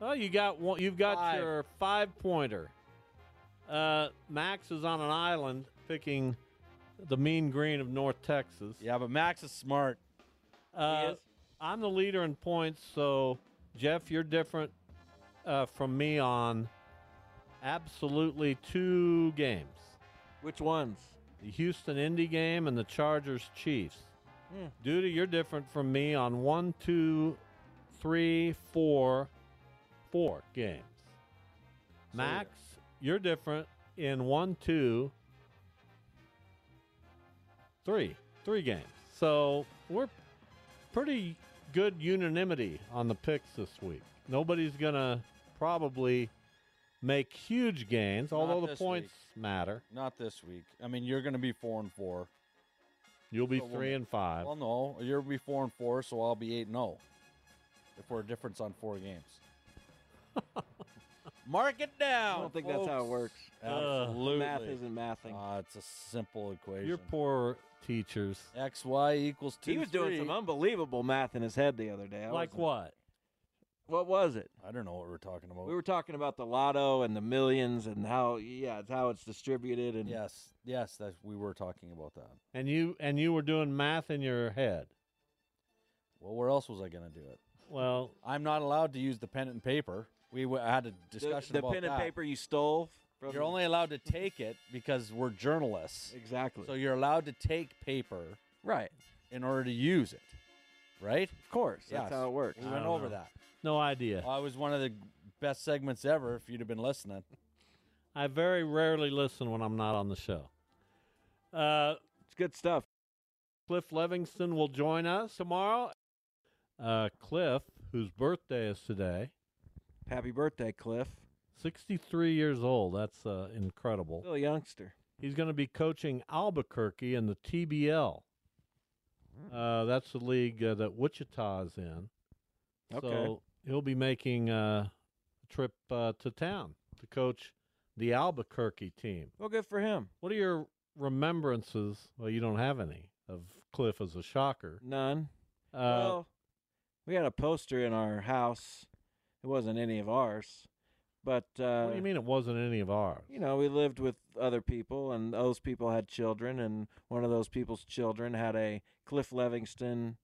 Speaker 7: Oh, you got one. You've got
Speaker 11: Five.
Speaker 7: your five pointer. Uh, Max is on an island picking the mean green of North Texas.
Speaker 11: yeah, but Max is smart.
Speaker 7: Uh,
Speaker 8: is.
Speaker 7: I'm the leader in points, so Jeff, you're different uh, from me on absolutely two games:
Speaker 8: Which ones?
Speaker 7: the Houston Indy game and the Chargers Chiefs.
Speaker 11: Hmm.
Speaker 7: Duda, you're different from me on one, two, three, four, four games. Max, you're different in one, two, three, three games. So we're pretty good unanimity on the picks this week. Nobody's gonna probably make huge gains, although the
Speaker 11: this
Speaker 7: points
Speaker 11: week.
Speaker 7: matter.
Speaker 11: Not this week. I mean, you're going to be four and four.
Speaker 7: You'll be
Speaker 11: So we'll
Speaker 7: three
Speaker 11: ma-
Speaker 7: and five.
Speaker 11: Well, no, you'll be four and four, so I'll be eight and zero. If we're a difference on four games. Mark it down.
Speaker 8: I don't think that's how it
Speaker 11: folks.
Speaker 8: works.
Speaker 11: Absolutely.
Speaker 8: Math isn't mathing.
Speaker 11: Ah, it's a simple equation.
Speaker 7: Your poor teachers.
Speaker 11: X Y equals two.
Speaker 8: he was doing some
Speaker 11: three.
Speaker 8: unbelievable math in his head the other day. I
Speaker 7: Like
Speaker 8: wasn't-
Speaker 7: what?
Speaker 8: What was it?
Speaker 11: I don't know what we're talking about.
Speaker 8: We were talking about the lotto and the millions and how yeah, it's how it's distributed and
Speaker 11: yes, yes, that's we were talking about that.
Speaker 7: And you and you were doing math in your head.
Speaker 11: Well, where else was I going to do it?
Speaker 7: Well,
Speaker 11: I'm not allowed to use the pen and paper. We w- had a
Speaker 8: the,
Speaker 11: discussion
Speaker 8: the
Speaker 11: about
Speaker 8: pen and
Speaker 11: that.
Speaker 8: paper you stole. From
Speaker 11: You're only allowed to take it because we're journalists.
Speaker 8: exactly
Speaker 11: So you're allowed to take paper
Speaker 8: right.
Speaker 11: in order to use it, right?
Speaker 8: Of course, that's
Speaker 11: Yes.
Speaker 8: how it works.
Speaker 11: We
Speaker 7: I
Speaker 11: went
Speaker 7: don't
Speaker 11: over
Speaker 7: know.
Speaker 11: that.
Speaker 7: no idea.
Speaker 11: Well, it was one of the best segments ever. If you'd have been listening,
Speaker 7: I very rarely listen when I'm not on the show. Uh,
Speaker 8: It's good stuff.
Speaker 7: Cliff Livingston will join us tomorrow. Uh, Cliff, whose birthday is today,
Speaker 8: Happy birthday, Cliff.
Speaker 7: 63 years old. That's uh, incredible.
Speaker 8: Still a youngster.
Speaker 7: He's going to be coaching Albuquerque in the TBL.
Speaker 8: Hmm.
Speaker 7: Uh, that's the league uh, that Wichita is in.
Speaker 8: Okay.
Speaker 7: So he'll be making uh, a trip uh, to town to coach the Albuquerque team.
Speaker 8: Well, good for him.
Speaker 7: What are your remembrances? Well, you don't have any of Cliff as a shocker.
Speaker 8: None.
Speaker 7: Uh,
Speaker 8: well, we had a poster in our house. It wasn't any of ours, but uh,
Speaker 7: what do you mean it wasn't any of ours?
Speaker 8: you know, we lived with other people, and those people had children, and one of those people's children had a Cliff Levingston,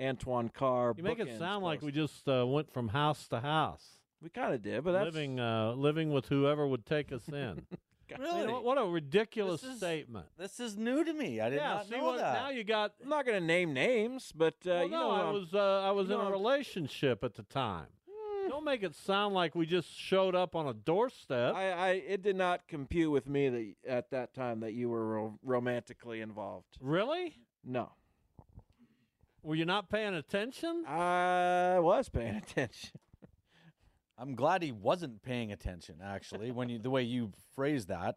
Speaker 8: Antoine Carr.
Speaker 7: You make it
Speaker 8: bookends
Speaker 7: sound like we
Speaker 8: poster.
Speaker 7: just uh, went from house to house,
Speaker 8: we kind of did, but that's
Speaker 7: living uh, living with whoever would take us in. I mean, what- what a ridiculous
Speaker 11: This is-
Speaker 7: statement!
Speaker 11: this is new to me. I did
Speaker 7: yeah,
Speaker 11: not
Speaker 7: see
Speaker 11: know
Speaker 7: what
Speaker 11: that.
Speaker 7: now you got. uh,
Speaker 8: I'm not going to name names, but uh,
Speaker 7: well,
Speaker 8: you
Speaker 7: no,
Speaker 8: know,
Speaker 7: I
Speaker 8: I'm-
Speaker 7: was uh, I was
Speaker 8: you know
Speaker 7: in a
Speaker 8: I'm-
Speaker 7: relationship at the time. Don't make it sound like we just showed up on a doorstep.
Speaker 8: I, I it did not compute with me that at that time that you were ro- romantically involved.
Speaker 7: really?
Speaker 8: No,
Speaker 7: Were you not paying attention?
Speaker 8: I was paying attention.
Speaker 11: I'm glad he wasn't paying attention. Actually, when you the way you phrased that,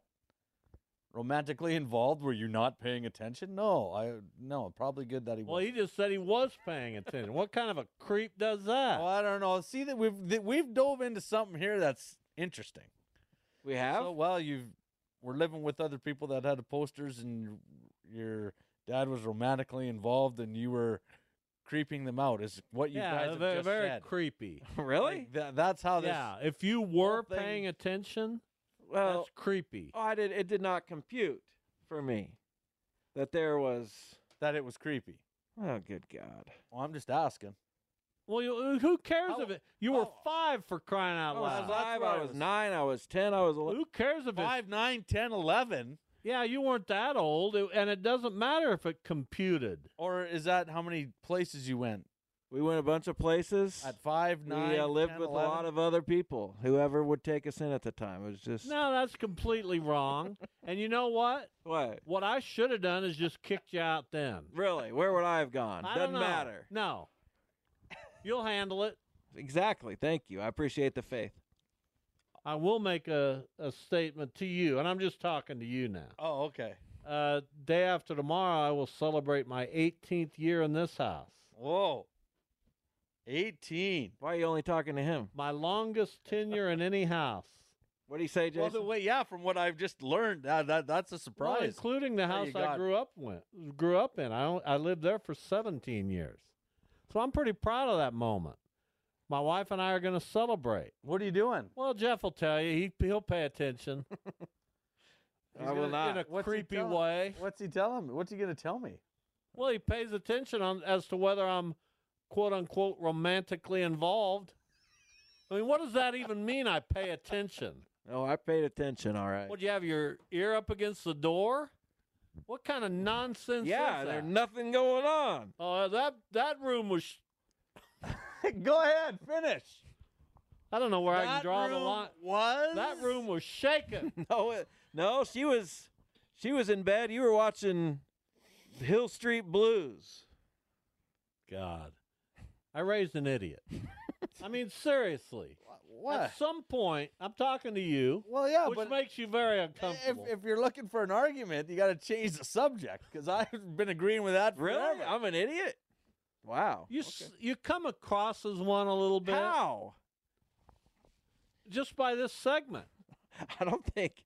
Speaker 11: romantically involved, were you not paying attention? No, I no. Probably good that he.
Speaker 7: Well,
Speaker 11: was.
Speaker 7: he just said he was paying attention. what kind of a creep does that?
Speaker 11: Well, I don't know. See that we've that we've dove into something here that's interesting.
Speaker 8: We have.
Speaker 11: So, well, you've were living with other people that had posters, and your, your dad was romantically involved, and you were creeping them out. Is what you
Speaker 7: yeah,
Speaker 11: guys have
Speaker 7: very,
Speaker 11: just
Speaker 7: very
Speaker 11: said.
Speaker 7: creepy.
Speaker 11: really? that, that's how this.
Speaker 7: yeah, if you were
Speaker 11: thing-
Speaker 7: paying attention,
Speaker 8: Well,
Speaker 7: that's creepy.
Speaker 8: oh, I did. It did not compute for me that there was.
Speaker 11: That it was creepy.
Speaker 8: Oh, good God!
Speaker 11: Well, I'm just asking.
Speaker 7: Well, you, who cares
Speaker 11: Oh.
Speaker 7: if it? You were five for crying out
Speaker 8: I was
Speaker 7: loud.
Speaker 8: five.
Speaker 11: where Oh, I
Speaker 8: I was
Speaker 11: was.
Speaker 8: nine. I was ten. I was eleven.
Speaker 7: Who cares if it's
Speaker 11: Five, nine, ten, eleven,
Speaker 7: Yeah, you weren't that old, it- and it doesn't matter if it computed.
Speaker 11: or is that how many places you went?
Speaker 8: We went a bunch of places.
Speaker 11: At five, nine,
Speaker 8: we uh, lived
Speaker 11: 10,
Speaker 8: with
Speaker 11: 11?
Speaker 8: a lot of other people. Whoever would take us in at the time, it was just
Speaker 7: No, that's completely wrong. and you know what?
Speaker 8: what.
Speaker 7: What I should have done is just kicked you out then.
Speaker 8: Really, where would I have gone?
Speaker 7: I
Speaker 8: Doesn't
Speaker 7: don't know.
Speaker 8: matter.
Speaker 7: No, you'll handle it.
Speaker 8: Exactly. Thank you. I appreciate the faith.
Speaker 7: I will make a, a statement to you, and I'm just talking to you now.
Speaker 11: Oh, okay.
Speaker 7: Uh, day after tomorrow, I will celebrate my 18th year in this house.
Speaker 11: Whoa. 18.
Speaker 8: Why are you only talking to him?
Speaker 7: My longest tenure in any house,
Speaker 8: What do you say,
Speaker 11: Well,
Speaker 8: Jason?
Speaker 11: the way, yeah, from what I've just learned, that, that that's a
Speaker 7: Well,
Speaker 11: surprise.
Speaker 7: including the
Speaker 11: There
Speaker 7: house
Speaker 11: you
Speaker 7: I
Speaker 11: got-
Speaker 7: grew up went, grew up in. I on- I lived there for 17 years, so I'm pretty proud of that moment. My wife and I are going to celebrate.
Speaker 11: What are you doing?
Speaker 7: Well, Jeff will tell you. He he'll pay attention.
Speaker 8: I will
Speaker 7: in
Speaker 8: not.
Speaker 7: a
Speaker 11: What's he
Speaker 7: creepy
Speaker 11: telling-
Speaker 7: way.
Speaker 11: What's he telling me? What's he going to tell me?
Speaker 7: Well, he pays attention on as to whether I'm quote unquote romantically involved. I mean, what does that even mean? I pay attention.
Speaker 8: Oh, I paid attention. All right.
Speaker 7: What do you have your ear up against the door? What kind of nonsense?
Speaker 8: yeah,
Speaker 7: is
Speaker 8: there's
Speaker 7: that?
Speaker 8: nothing going on.
Speaker 7: Oh, that that room was.
Speaker 11: Go ahead, finish.
Speaker 7: I don't know where I
Speaker 11: that
Speaker 7: can draw
Speaker 11: room
Speaker 7: the line.
Speaker 11: was
Speaker 7: That room was shaking.
Speaker 8: No, it, no, she was, she was in bed. You were watching Hill Street Blues.
Speaker 7: God, I raised an idiot. I mean, seriously.
Speaker 11: What?
Speaker 7: At some point, I'm talking to you,
Speaker 11: Well, yeah,
Speaker 7: which
Speaker 11: but
Speaker 7: makes you very
Speaker 11: if,
Speaker 7: uncomfortable.
Speaker 11: if you're looking for an argument, you got to change the subject because I've been agreeing with that forever.
Speaker 8: I'm an idiot. Wow.
Speaker 7: you s you come across as one a little bit
Speaker 8: How?
Speaker 7: just by this segment.
Speaker 8: I don't think.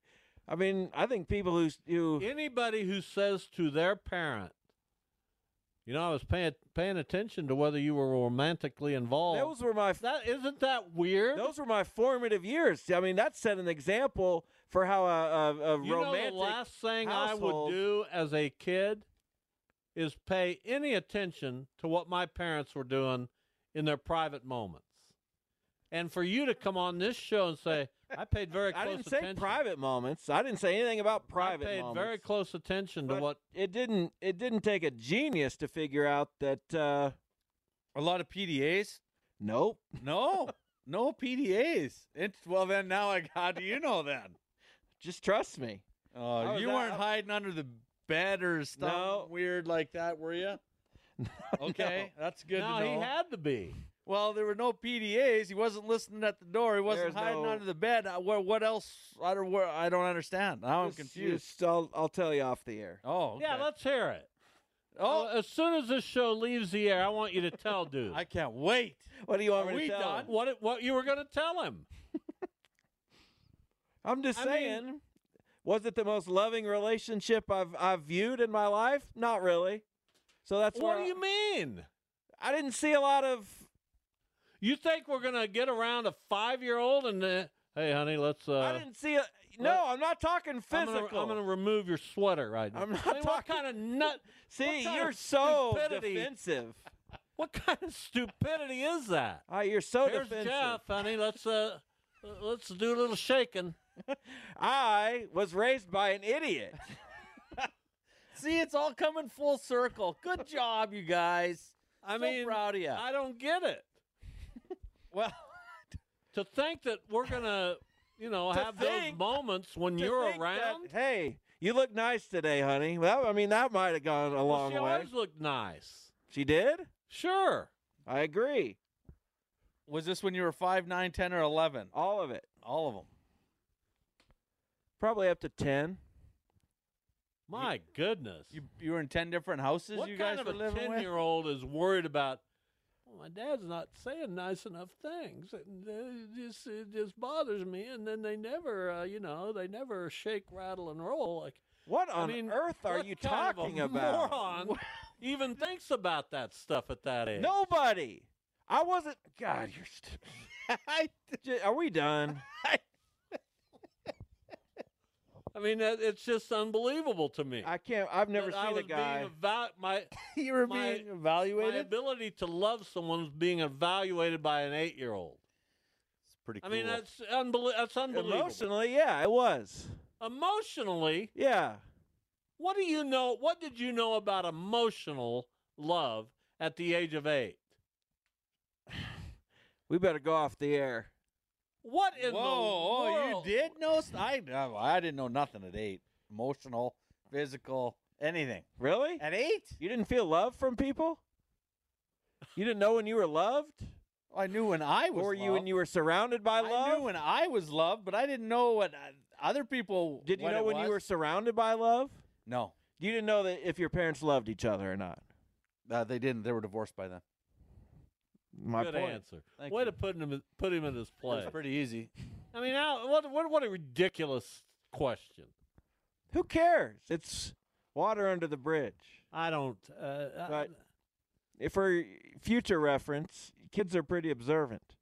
Speaker 8: I mean, I think people who s- who
Speaker 7: Anybody who says to their parent, "You know, I was paying paying attention to whether you were romantically involved."
Speaker 8: those were my
Speaker 7: that isn't that weird.
Speaker 8: those were my formative years. I mean, that set an example for how a, a, a
Speaker 7: you
Speaker 8: romantic
Speaker 7: know the last thing I
Speaker 8: household-
Speaker 7: would do as a kid is pay any attention to what my parents were doing in their private moments. And for you to come on this show and say, I paid very close
Speaker 8: I didn't say
Speaker 7: attention.
Speaker 8: private moments. I didn't say anything about private
Speaker 7: I paid
Speaker 8: moments.
Speaker 7: very close attention to
Speaker 8: But
Speaker 7: what
Speaker 8: it didn't it didn't take a genius to figure out that uh
Speaker 11: a lot of PDAs.
Speaker 8: nope.
Speaker 11: No, no PDAs. It's, well, then now I how do you know then?
Speaker 8: Just trust me.
Speaker 7: Oh,
Speaker 11: Uh,
Speaker 8: was
Speaker 11: you
Speaker 8: that-
Speaker 11: weren't
Speaker 8: I-
Speaker 11: hiding under the bed or something
Speaker 8: No.
Speaker 11: weird like that, were you? Okay, that's good
Speaker 7: No,
Speaker 11: to know.
Speaker 7: he had to be.
Speaker 11: well, there were no PDAs. He wasn't listening at the door. He wasn't
Speaker 8: There's
Speaker 11: hiding
Speaker 8: no-
Speaker 11: under the bed. I, what, what else? I don't. where- I don't understand. Now I'm
Speaker 8: Just-
Speaker 11: confused.
Speaker 8: just- I'll, I'll tell you off the air.
Speaker 11: Oh,
Speaker 7: Yeah,
Speaker 11: okay.
Speaker 7: let's hear it.
Speaker 11: Oh.
Speaker 7: Uh, as soon as this show leaves the air, I want you to tell dude
Speaker 11: I can't wait.
Speaker 8: What do you want
Speaker 11: Are
Speaker 8: me
Speaker 11: we
Speaker 8: to tell?
Speaker 11: done?
Speaker 8: him?
Speaker 7: what it, what you were going to tell him.
Speaker 8: I'm just
Speaker 7: I mean-
Speaker 8: saying. was it the most loving relationship I've I've viewed in my life? Not really. So that's
Speaker 7: what
Speaker 8: where
Speaker 7: do
Speaker 8: I-
Speaker 7: you mean?
Speaker 8: I didn't see a lot of.
Speaker 7: You think we're gonna get around a five year old and uh, hey, honey, let's. Uh,
Speaker 8: I didn't see a. No,
Speaker 7: let-
Speaker 8: I'm not talking
Speaker 7: I'm
Speaker 8: physical.
Speaker 7: gonna- I'm gonna remove your sweater right now.
Speaker 8: I'm not
Speaker 7: I mean, what
Speaker 8: talking-
Speaker 7: kind of nut?
Speaker 8: see,
Speaker 7: what kind
Speaker 8: you're
Speaker 7: of
Speaker 8: so
Speaker 7: stupidity-
Speaker 8: defensive.
Speaker 7: What kind of stupidity is that?
Speaker 8: Ah, you're so
Speaker 7: Here's
Speaker 8: defensive.
Speaker 7: Jeff, honey. Let's uh, let's do a little shaking.
Speaker 8: I was raised by an idiot.
Speaker 11: See, it's all coming full circle. Good job, you guys.
Speaker 7: I
Speaker 11: So
Speaker 7: mean,
Speaker 11: proud of you.
Speaker 7: I don't get it.
Speaker 11: Well,
Speaker 7: To think that we're gonna, you know,
Speaker 8: To
Speaker 7: have
Speaker 8: think-
Speaker 7: those moments when
Speaker 8: To
Speaker 7: you're
Speaker 8: think that,
Speaker 7: around.
Speaker 8: hey, you look nice today, honey. Well, I mean, that might have gone a
Speaker 7: Well,
Speaker 8: long
Speaker 7: she
Speaker 8: way.
Speaker 7: always looked nice.
Speaker 8: She did.
Speaker 7: Sure.
Speaker 8: I agree.
Speaker 11: was this when you were 5, 9, 10, or 11?
Speaker 8: All of it.
Speaker 11: All of them.
Speaker 8: Probably up to ten.
Speaker 7: My goodness.
Speaker 11: You, you were in 10 different houses
Speaker 7: what
Speaker 11: you guys
Speaker 7: kind
Speaker 11: were
Speaker 7: of a
Speaker 11: living
Speaker 7: ten
Speaker 11: with?
Speaker 7: year old is worried about? my dad's not saying nice enough things. And uh, it just it just bothers me. And then they never, uh, you know, they never shake, rattle, and roll. Like
Speaker 8: what
Speaker 7: I
Speaker 8: on
Speaker 7: mean,
Speaker 8: earth are
Speaker 7: what
Speaker 8: you
Speaker 7: kind of a
Speaker 8: talking about?
Speaker 7: Moron even thinks about that stuff at that age.
Speaker 8: Nobody. I wasn't. God, you're. St- I, are we done?
Speaker 7: I mean, that, it's just unbelievable to me.
Speaker 8: I can't. I've never
Speaker 7: that I
Speaker 8: seen
Speaker 7: was
Speaker 8: a guy.
Speaker 7: Being eva- my
Speaker 4: you were
Speaker 7: my-
Speaker 4: being
Speaker 7: My
Speaker 4: evaluated.
Speaker 7: ability to love someone is being evaluated by an eight-year-old.
Speaker 4: It's pretty.
Speaker 7: I
Speaker 4: Cool.
Speaker 7: mean, that's unbelievable. That's unbelievable.
Speaker 8: Emotionally, yeah, it was.
Speaker 7: Emotionally,
Speaker 8: Yeah.
Speaker 7: what do you know? What did you know about emotional love at the age of eight?
Speaker 8: We better go off the air.
Speaker 7: What in
Speaker 11: Whoa!
Speaker 7: the
Speaker 11: Oh,
Speaker 7: world?
Speaker 11: you did know? s- I I- I didn't know nothing at eight. Emotional, physical, anything.
Speaker 8: Really?
Speaker 11: At eight?
Speaker 8: You didn't feel love from people? You didn't know when you were loved?
Speaker 11: I knew when I was.
Speaker 8: or you when
Speaker 11: loved.
Speaker 8: you were surrounded by love?
Speaker 11: I knew when I was loved, but I didn't know what uh, other people.
Speaker 8: Did you
Speaker 11: what
Speaker 8: know
Speaker 11: it
Speaker 8: when you
Speaker 11: was.
Speaker 8: were surrounded by love?
Speaker 11: No,
Speaker 8: You didn't know that if your parents loved each other or not.
Speaker 11: uh, they didn't. They were divorced by then.
Speaker 8: My
Speaker 7: Good
Speaker 8: point.
Speaker 7: answer.
Speaker 11: Thank
Speaker 7: Way to put him put him in his place.
Speaker 11: It's pretty easy.
Speaker 7: I mean, how, what what what a ridiculous question.
Speaker 8: Who cares? It's water under the bridge.
Speaker 7: I don't. Uh, I-
Speaker 8: But if for future reference, kids are pretty observant.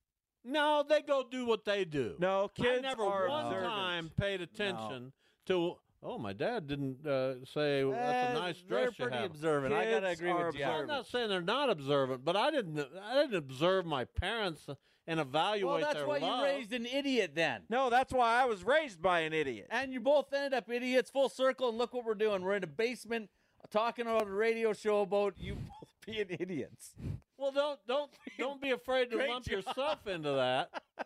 Speaker 7: no, they go do what they do.
Speaker 8: No, kids
Speaker 7: I never
Speaker 8: are
Speaker 7: one
Speaker 8: observant.
Speaker 7: time paid attention to. Oh, my dad didn't uh, say well, that's a
Speaker 11: Uh,
Speaker 7: nice
Speaker 11: they're
Speaker 7: dress you
Speaker 11: pretty
Speaker 7: have.
Speaker 11: observant. I gotta
Speaker 8: Kids
Speaker 11: agree
Speaker 8: are
Speaker 11: with you.
Speaker 7: I'm
Speaker 8: observant.
Speaker 7: not saying they're not observant, but I didn't. I didn't observe my parents and evaluate
Speaker 11: Well, that's
Speaker 7: their
Speaker 11: why
Speaker 7: love.
Speaker 11: you raised an idiot then.
Speaker 8: No, that's why I was raised by an idiot.
Speaker 11: And you both ended up idiots full circle, and look what we're doing. We're in a basement talking about a radio show about you both being idiots.
Speaker 7: Well, don't don't don't be afraid to
Speaker 11: Great
Speaker 7: lump
Speaker 11: job.
Speaker 7: yourself into that.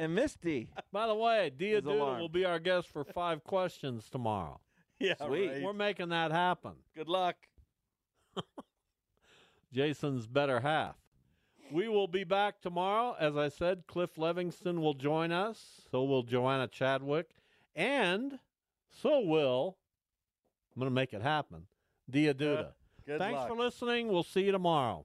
Speaker 8: And Misty,
Speaker 7: By the way, Dia
Speaker 8: Is
Speaker 7: Doodle
Speaker 8: alarmed.
Speaker 7: will be our guest for five questions tomorrow.
Speaker 11: Yeah,
Speaker 8: Sweet.
Speaker 7: We're making that happen.
Speaker 11: Good luck.
Speaker 7: Jason's better half. We will be back tomorrow. As I said, Cliff Levingston will join us. So will Joanna Chadwick. And so will, I'm going to make it happen, Dia Duda.
Speaker 11: Good
Speaker 7: Thanks
Speaker 11: luck.
Speaker 7: for listening. We'll see you tomorrow.